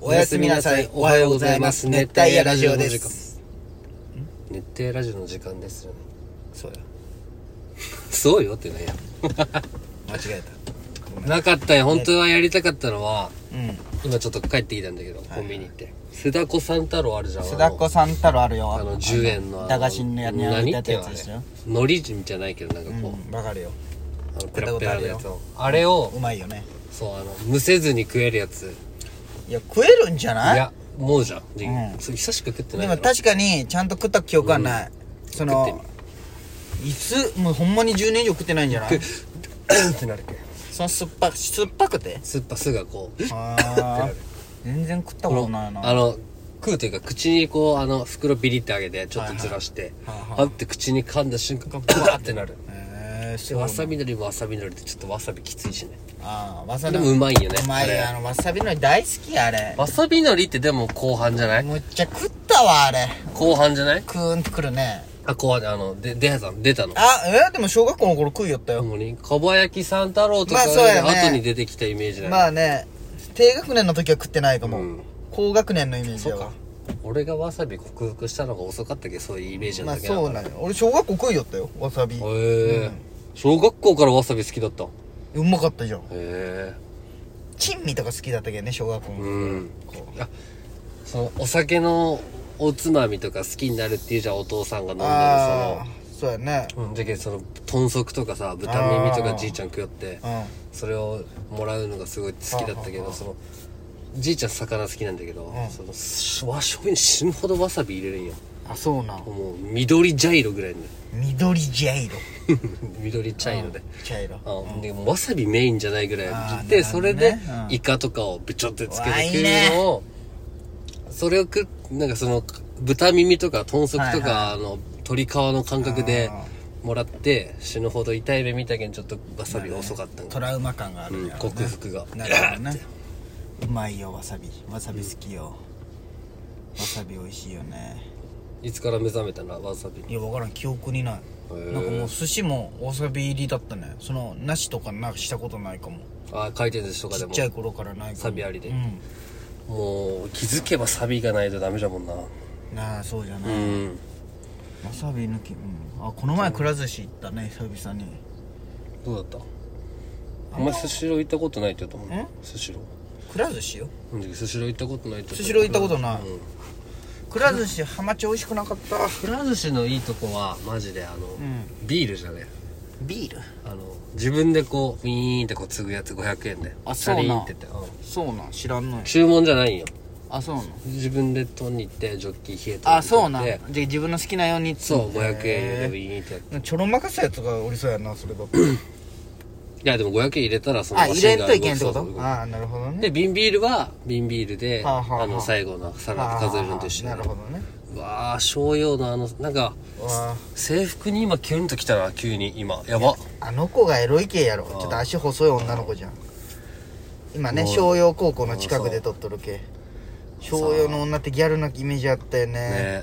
おやすみなさい。おはようございます。熱帯夜ラジオです。熱帯ラジオの時間ですよね。そうや。そうよってね。間違えた。ごめん。なかったよ。本当はやりたかったのは、うん。今ちょっと帰ってきたんだけど、コンビニ行って。須田子三太郎あるじゃん。須田子さん太郎あるよ。あの、10円の。あ駄菓子のやにやり何たっいてややつつでですすよよ。。のりじみじゃないけど、なんかうこう、ん、わかるよ。あの、ペラペラのや食っつたこを。あれをう、まいよね。そう、あの、むせずに食えるやつ。いいや、食えるんじゃないや、もうじゃん。でうんそう久しく食ってでないもから確かに、ちゃんと食った記憶はない。そ食っのて、いつ、もうほんまに10年以上食ってないんじゃないってなるけど。その酸っぱく、酸っぱくて酸っぱすがこう、ああ。全然食ったことないな。あの食うというか口にこうあの袋ビリってあげてちょっとずらして、はいはいはいあって口に噛んだ瞬間ブワーってなるえー、でそうなわんださびのりもわさびのりってちょっとわさびきついしねああ、わさび。でもうまいよねうまいあれよ。あの、わさびのり大好きやあれ。わさびのりってでも後半じゃないむっちゃ食ったわ、あれ。後半じゃないクーンとくるね。あ後半あので出たの出たのあ、えーでも小学校の頃食うよったよ。主にかば焼き三太郎とまかあそうやねの後に出てきたイメージだよ、まあね、低学年の時は食ってないかも。うん高学年のイメージそやうわか。俺がわさび克服したのが遅かったけどそういうイメージまなあだけだかそら、うなんよ。俺小学校食うよったよ、わさび。へえ、小学校からわさび好きだったへうまかったじゃん。え珍味とか好きだったけどね、小学校の頃。うんこうあそのお酒のおつまみとか好きになるっていうじゃんお父さんが飲んでるああ、そうやね。その、うん、じゃけんその豚足とかさ豚耳とあかーじいちゃん食よってうん。それをもらうのがすごい好きあだったけーあーあどーそのじいちゃん魚好きなんだけど、うんそのし和食に死ぬほどわさび入れるんよあ、そうなん。もう緑茶色ぐらいの 緑茶色。緑茶色で、茶色。あでもわさびメインじゃないぐらいあーなで、るほそどねれでうんイカとかをぶちょってつけうわてい食いうねのをそれを食うなんかその豚耳とか豚足とか、はいはあの鶏皮の感覚であもらって死ぬほど痛い目見たけんちょっとわさびが遅かったんトか、ラウマ感があるうんんやろ克服がなるほどねうまいよわさびわさび好きよ、わさび美味しいよねいつから目覚めたなわさびいや分からん記憶にないーなんかもう寿司もわさび入りだったねそのなしとかなんかしたことないかもあー回転寿司とかちでっもちゃい頃からないかもサビありでうんもう気づけばサビがないとダメだもんななあそうじゃなうい、わんさび抜き、うん、あこの前くら寿司行ったね久々にどうだったお前スシロー行ったことないって言ったもんねスシローくら寿司ようんスシロー行ったことないってスシロー行ったことないうんくら寿司ハマチ美味しくなかったくら寿司のいいとこはマジであの、んビールじゃねビールあの自分でこうウィーンってこう継ぐやつ500円であそうなんチャリンってって、うんそうなん知らんのよ注文じゃないんよあそうなん自分で取りに行ってジョッキー冷えたあそうなんで自分の好きなようにそう500円入れてウいィーンってやってちょろまかしたやつがおりそうやなそれだといやでも500円入れたらそのあ入れんといけんマっシてこンがと動くそうそうああなるほどねで瓶ビールは瓶ビールで、はあはあはああの最後のサラダ数数ええるのと一緒なるほどねうわあ商用のあのなんかわ制服に今キュンときたな急に今やばああの子がエロい系やろちょっと足細い女の子じゃん今ね商用高校の近くで撮っとる系商用の女ってギャルなイメージあったよねね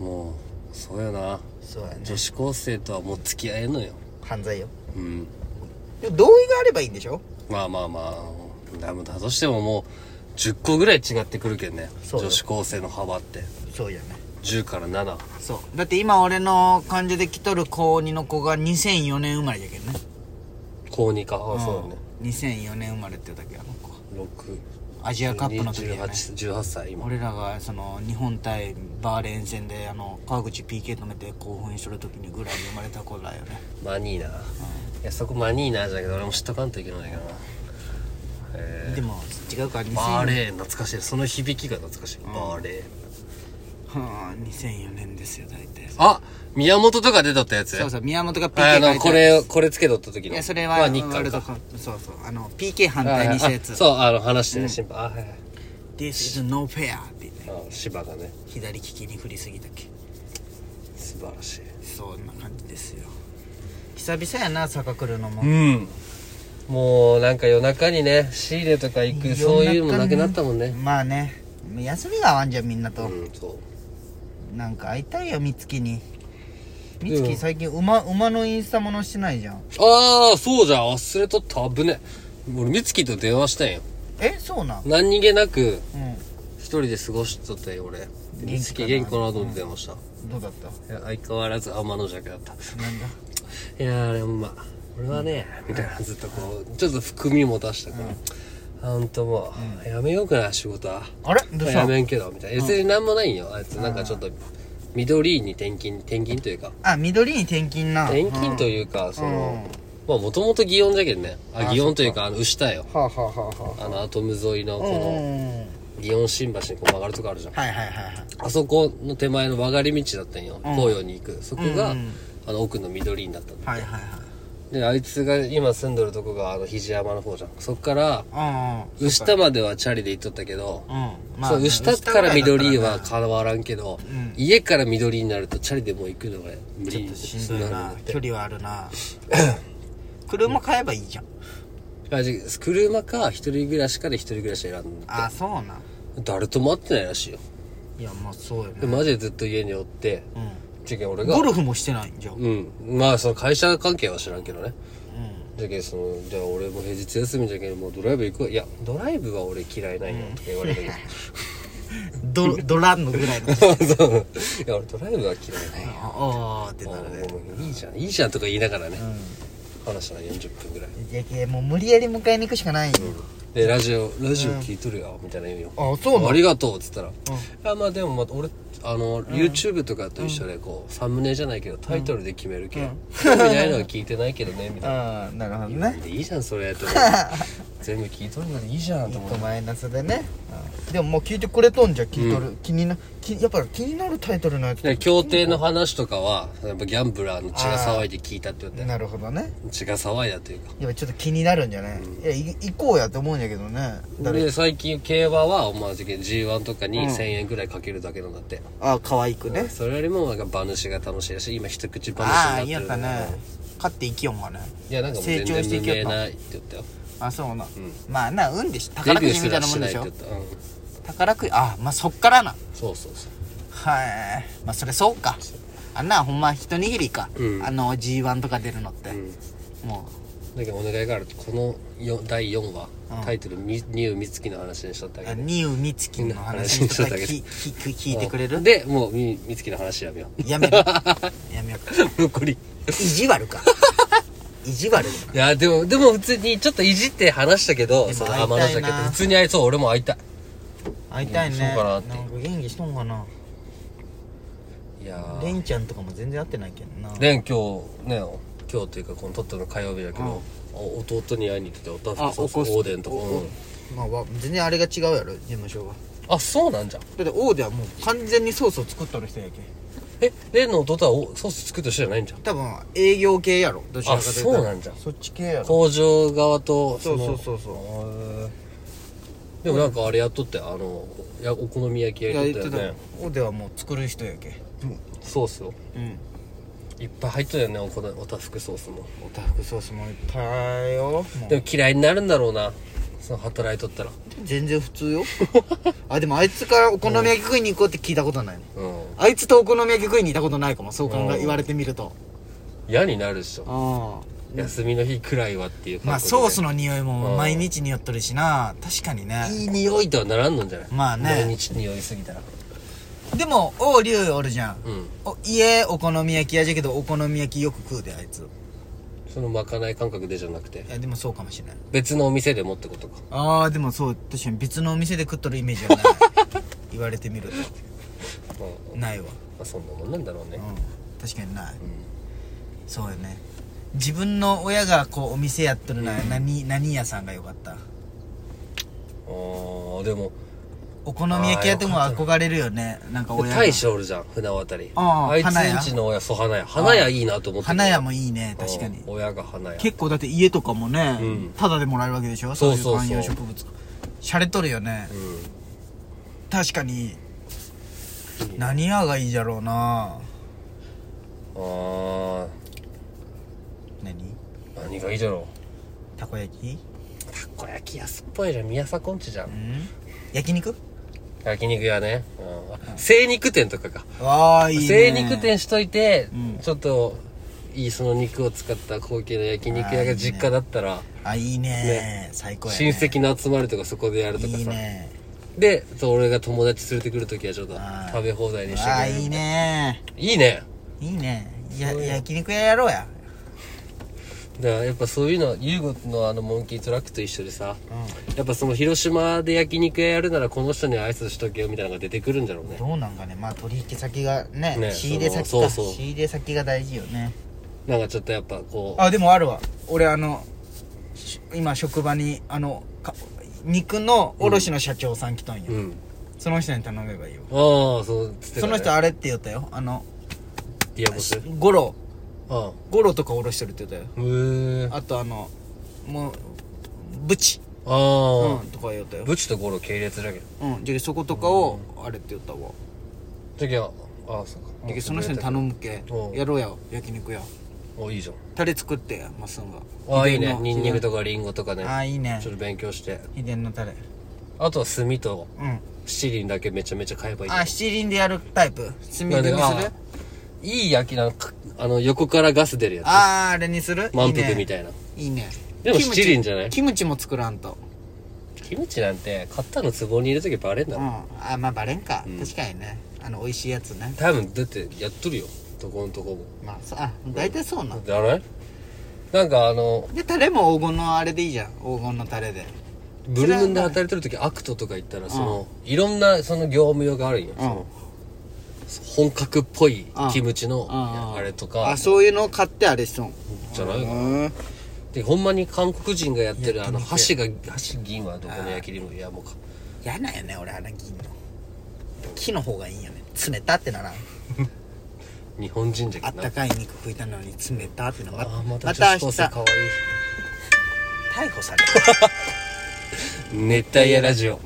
もうそうよなそうやね女子高生とはもう付き合えんのよ犯罪ようんでも同意があればいいんでしょまあまあまあでもだとしてももう10個ぐらい違ってくるけんねそうよ女子高生の幅ってそうやね10から7そうだって今俺の感じで来とる高2の子が2004年生まれじゃけどね高2かああそうだねうん2004年生まれってだけあの子6アジアカップの時だよね18歳今俺らがその日本対バーレーン戦であの川口 PK 止めて興奮しとる時にぐらい生まれた子だよねマニーナいやそこマニーナじゃけど俺も知っとかんといけないからなえでも違うかーバー2004レ年ーン懐かしいその響きが懐かしいバーレーンはあ2004年ですよ大体あ宮本とか出とったやつそうそう宮本が PK あ書いの、てこれ、これつけとった時いの。やそれはまあワ日ール韓ドか。カップそうそうあの PK 反はい対はにいしたやつあそう、あの、話してね、審判。あ、はいはい This is no fair って言ってあ。芝がね、左利きに振りすぎたっけ素晴らしい。そんな感じですよ久々やな坂来るのもうん。もう、なんか夜中にね、仕入れとか行く、そういうのもなくなったもんね。まあね休みが合わんじゃんみんなと、うん、そなんか会いたいよ美月に美う月ん最近馬馬のインスタものしてないじゃんう。ああ、そうじゃん。忘れとった。危ねえ。俺、美月と電話したんよ。えそうなん何気なくう一人で過ごしとったよ俺元気かな美月元気かなと思ってました、んどうだったいや相変わらず天の弱だったなんだいやーあれほんま俺はね、みたいなずっとこうちょっと含みも出したから、ほんともう、やめようかな仕事はあれどうしたやめんけどみたいな別に何もないんよあいつなんかちょっと緑に転勤転勤というかあ緑に転勤な転勤とういうか、そのうまあもともと祇園じゃけんねああ祇園というかあの牛田よんはあはあはあはあのアトム沿いのあこうんうんうのん祇園新橋にこう曲がるとこあるじゃんはいはいはいはいあそこの手前の曲がり道だったんようん紅葉に行くそこが、うんうんあの奥の緑になったんだはいはいであいつが今住んどるとこがあの肘山の方じゃんそっからはいうんうん牛田まではチャリで行っとったけど、うんそう牛田から緑牛田ぐらいはだった変わらんけど、ん家から緑になるとチャリでもう行くのが無ら理なしんどいなるんだって距離はあるな 車買えばいいじゃんあじゃあ車か一人暮らしから一人暮らし選んだあそうなん誰とも会ってないらしいよいやまあそうよでねマジでずっと家におってうんじゃけん俺がゴルフもしてないんじゃんうんうんまあその会社関係は知らんけどねじゃけんそのじゃあ俺も平日休みじゃけんもうドライブ行くわいやドライブは俺嫌いなんよとか言われたけどドドランのぐらいのそういや俺ドライブは嫌いなんよああってなるねもういいじゃんいいじゃんとか言いながらね、う話したら40分ぐらいんじゃけもう無理やり迎えに行くしかないよでラジオラジオ聞いとるよ、みたいな言うよあそうなのありがとうっつったら、あまあでもまた俺あの、YouTube とかと一緒でこうサムネじゃないけどタイトルで決めるけ、ん、興味ないのは聞いてないけどねみたいああなるほどな、ねでいいじゃんそれと 全部聞いとるならいいじゃん一と思っ個てマイナスでねうんでももう聞いてくれとんじゃん聞いとる気になきやっぱ気になるタイトルのやつで協定の話とかはやっぱギャンブラーの血が騒いで聞いたって言ってなるほどね血が騒いだというかやっぱちょっと気になるんじゃないいやい行こうやって思うんやけどね誰で最近競馬はお前じゃけん G1 とかに1000円ぐらいかけるだけなんだって、ああ可愛くねそれよりもなんか馬主が楽しいらしい今一口馬主になっああてるいいやったね勝って生きよんがねいやなんかもう全成長してい然無けよ名となって言ったよあそうなうんまあな運でしデ宝ビュくーじすみたいならもしんでなしいってょ言った、うん、宝くじあまあそっからなそうそうそうはいまあそれそうかあんなんほんま一握りか、うんあの G1 とか出るのって、もだけどお願いがあるこのよ第4話、うんタイトル「みニュー美月」の話にしとったうけどニウミツキの話とかうん聞聞聞聞いてくれるでもうみ美月の話やめよやめるやめようう 残り意地悪か意地悪だいやでもでも普通にちょっといじって話したけどでもその会いたいな天の邪気って普通にあいつ俺も会いたい会いたいねそうかなってんか元気しとんかないやレーンちゃんとかも全然会ってないけんなレン今日ね今日というかこの撮ったの火曜日だけど、お弟に会いに行っててお父さんあそうそうお子さんオーデンとか、おうんまあわ全然あれが違うやろ事務所はあそうなんじゃんだって王ではもう完全にソースを作っとる人やけんえレンの弟はおソース作った人じゃないんじゃん多分営業系やろどちらかというとあそうなんじゃそっち系やろ工場側とそうそううそうそうでもなんかあれやっとってあのやお好み焼きいややり言とっってたたよよねおではもう作る人やけソースをうんいっぱい入っとるよねおこのおたふくソースもおたふくソースもいっぱいよもうでも嫌いになるんだろうなその働いとったら全然普通よ あでもあいつからお好み焼き食いに行こうって聞いたことないねうんあいつとお好み焼き食いに行ったことないかもそう考うんえ言われてみると嫌になるでしょあ休みの日くらいはっていうまあソースのの匂いも毎日匂っとるしな確かにねいい匂いとはならんのんじゃないまあね毎日匂いすぎたらでも王龍おるじゃんうんお家お好み焼き屋じゃけどお好み焼きよく食うであいつそのまかない感覚でじゃなくていやでもそうかもしれない別のお店でもってことかああでもそう確かに別のお店で食っとるイメージ はない言われてみるまあとないわ、まあそんなもんなんだろううねん、確かにない、うんそうよね自分の親がこうお店やっとるなら何,、何屋さんが良かったあーでもお好み焼き屋でも憧れるよねなんか親が大将おるじゃん船渡りあああいつ花屋んちの親そう花屋花屋いいなと思って花屋ももいいね確かに親が花屋結構だって家とかもね、うんタダでもらえるわけでしょそうそそういううそ観う葉植物しゃれとるよね、う確かに何屋がいいじゃろうなんあ何あ何がいいじゃろたこ焼きうたこ焼き安っぽいじゃん宮迫んちじゃうんん焼肉焼肉屋ね、うん、精肉店とかかああいいね精肉店しといて、うんちょっといいその肉を使った高級な焼肉屋が実家だったらあいいね最高や、親ね、戚の集まるとかそこでやるとかいいさねでそう俺が友達連れてくる時はちょっとあー食べ放題にしてあくれるいいねいいねいいねや焼肉屋やろうやだからやっぱそういうの優吾のあのモンキートラックと一緒でさうやっぱその広島で焼肉屋やるならこの人に挨拶しとけよみたいなのが出てくるんだろうねどうなんかねまあ取引先がねね仕入れ先かそのそうそう仕入れ先が大事よねなんかちょっとやっぱこうあでもあるわ俺あのし今職場にあのか肉の卸の社長さん来たんよ、うんその人に頼めばいいよああそうつっそてたねの人あれって言ったよあのディアボスゴロあゴロとか卸してるって言ったよあへえあとあのもうブチ、ああ、うん、とか言ったよブチとゴロ系列だけどうんじゃあそことかをあれって言ったわじゃあああそうかじゃあその人に頼むけうんやろうや焼肉やおいいじゃんタレ作ってやマッスンがああいい秘伝ねのニンニクとかリンゴとかねああいいねちょっと勉強して秘伝のタレあとは炭とうん七輪だけめちゃめちゃ買えばいいあ七輪でやるタイプ炭なん火でにするあいい焼きなんかあの横からガス出るやつあーあれにする満腹みいたいなねいいいねでもキムチ七輪じゃないキムチも作らんとキムチなんて買ったの壺に入れときバレんだうろ、んあまあバレんか確かにねあの美味しいやつね多分だってやっとるよどこのとこもまあそあ大体そうなじゃないなんかあのでタレも黄金のあれでいいじゃん黄金のタレでブルムンで働いてる時アクトとか行ったらその、いろんなその業務用があるんよ、その本格っぽいキムチのああれとかあそういうのを買ってあれしそうじゃなういんでほんまに韓国人がやってるあの箸が箸銀はどこの焼き芋いやもうか嫌なんよね俺あの銀の木の方がいいよね冷たってならん日本人じゃあけっどたなかい肉食いたのに冷たってのがあーままたた明女子日高生かわい逮捕されるい熱帯夜ラジオ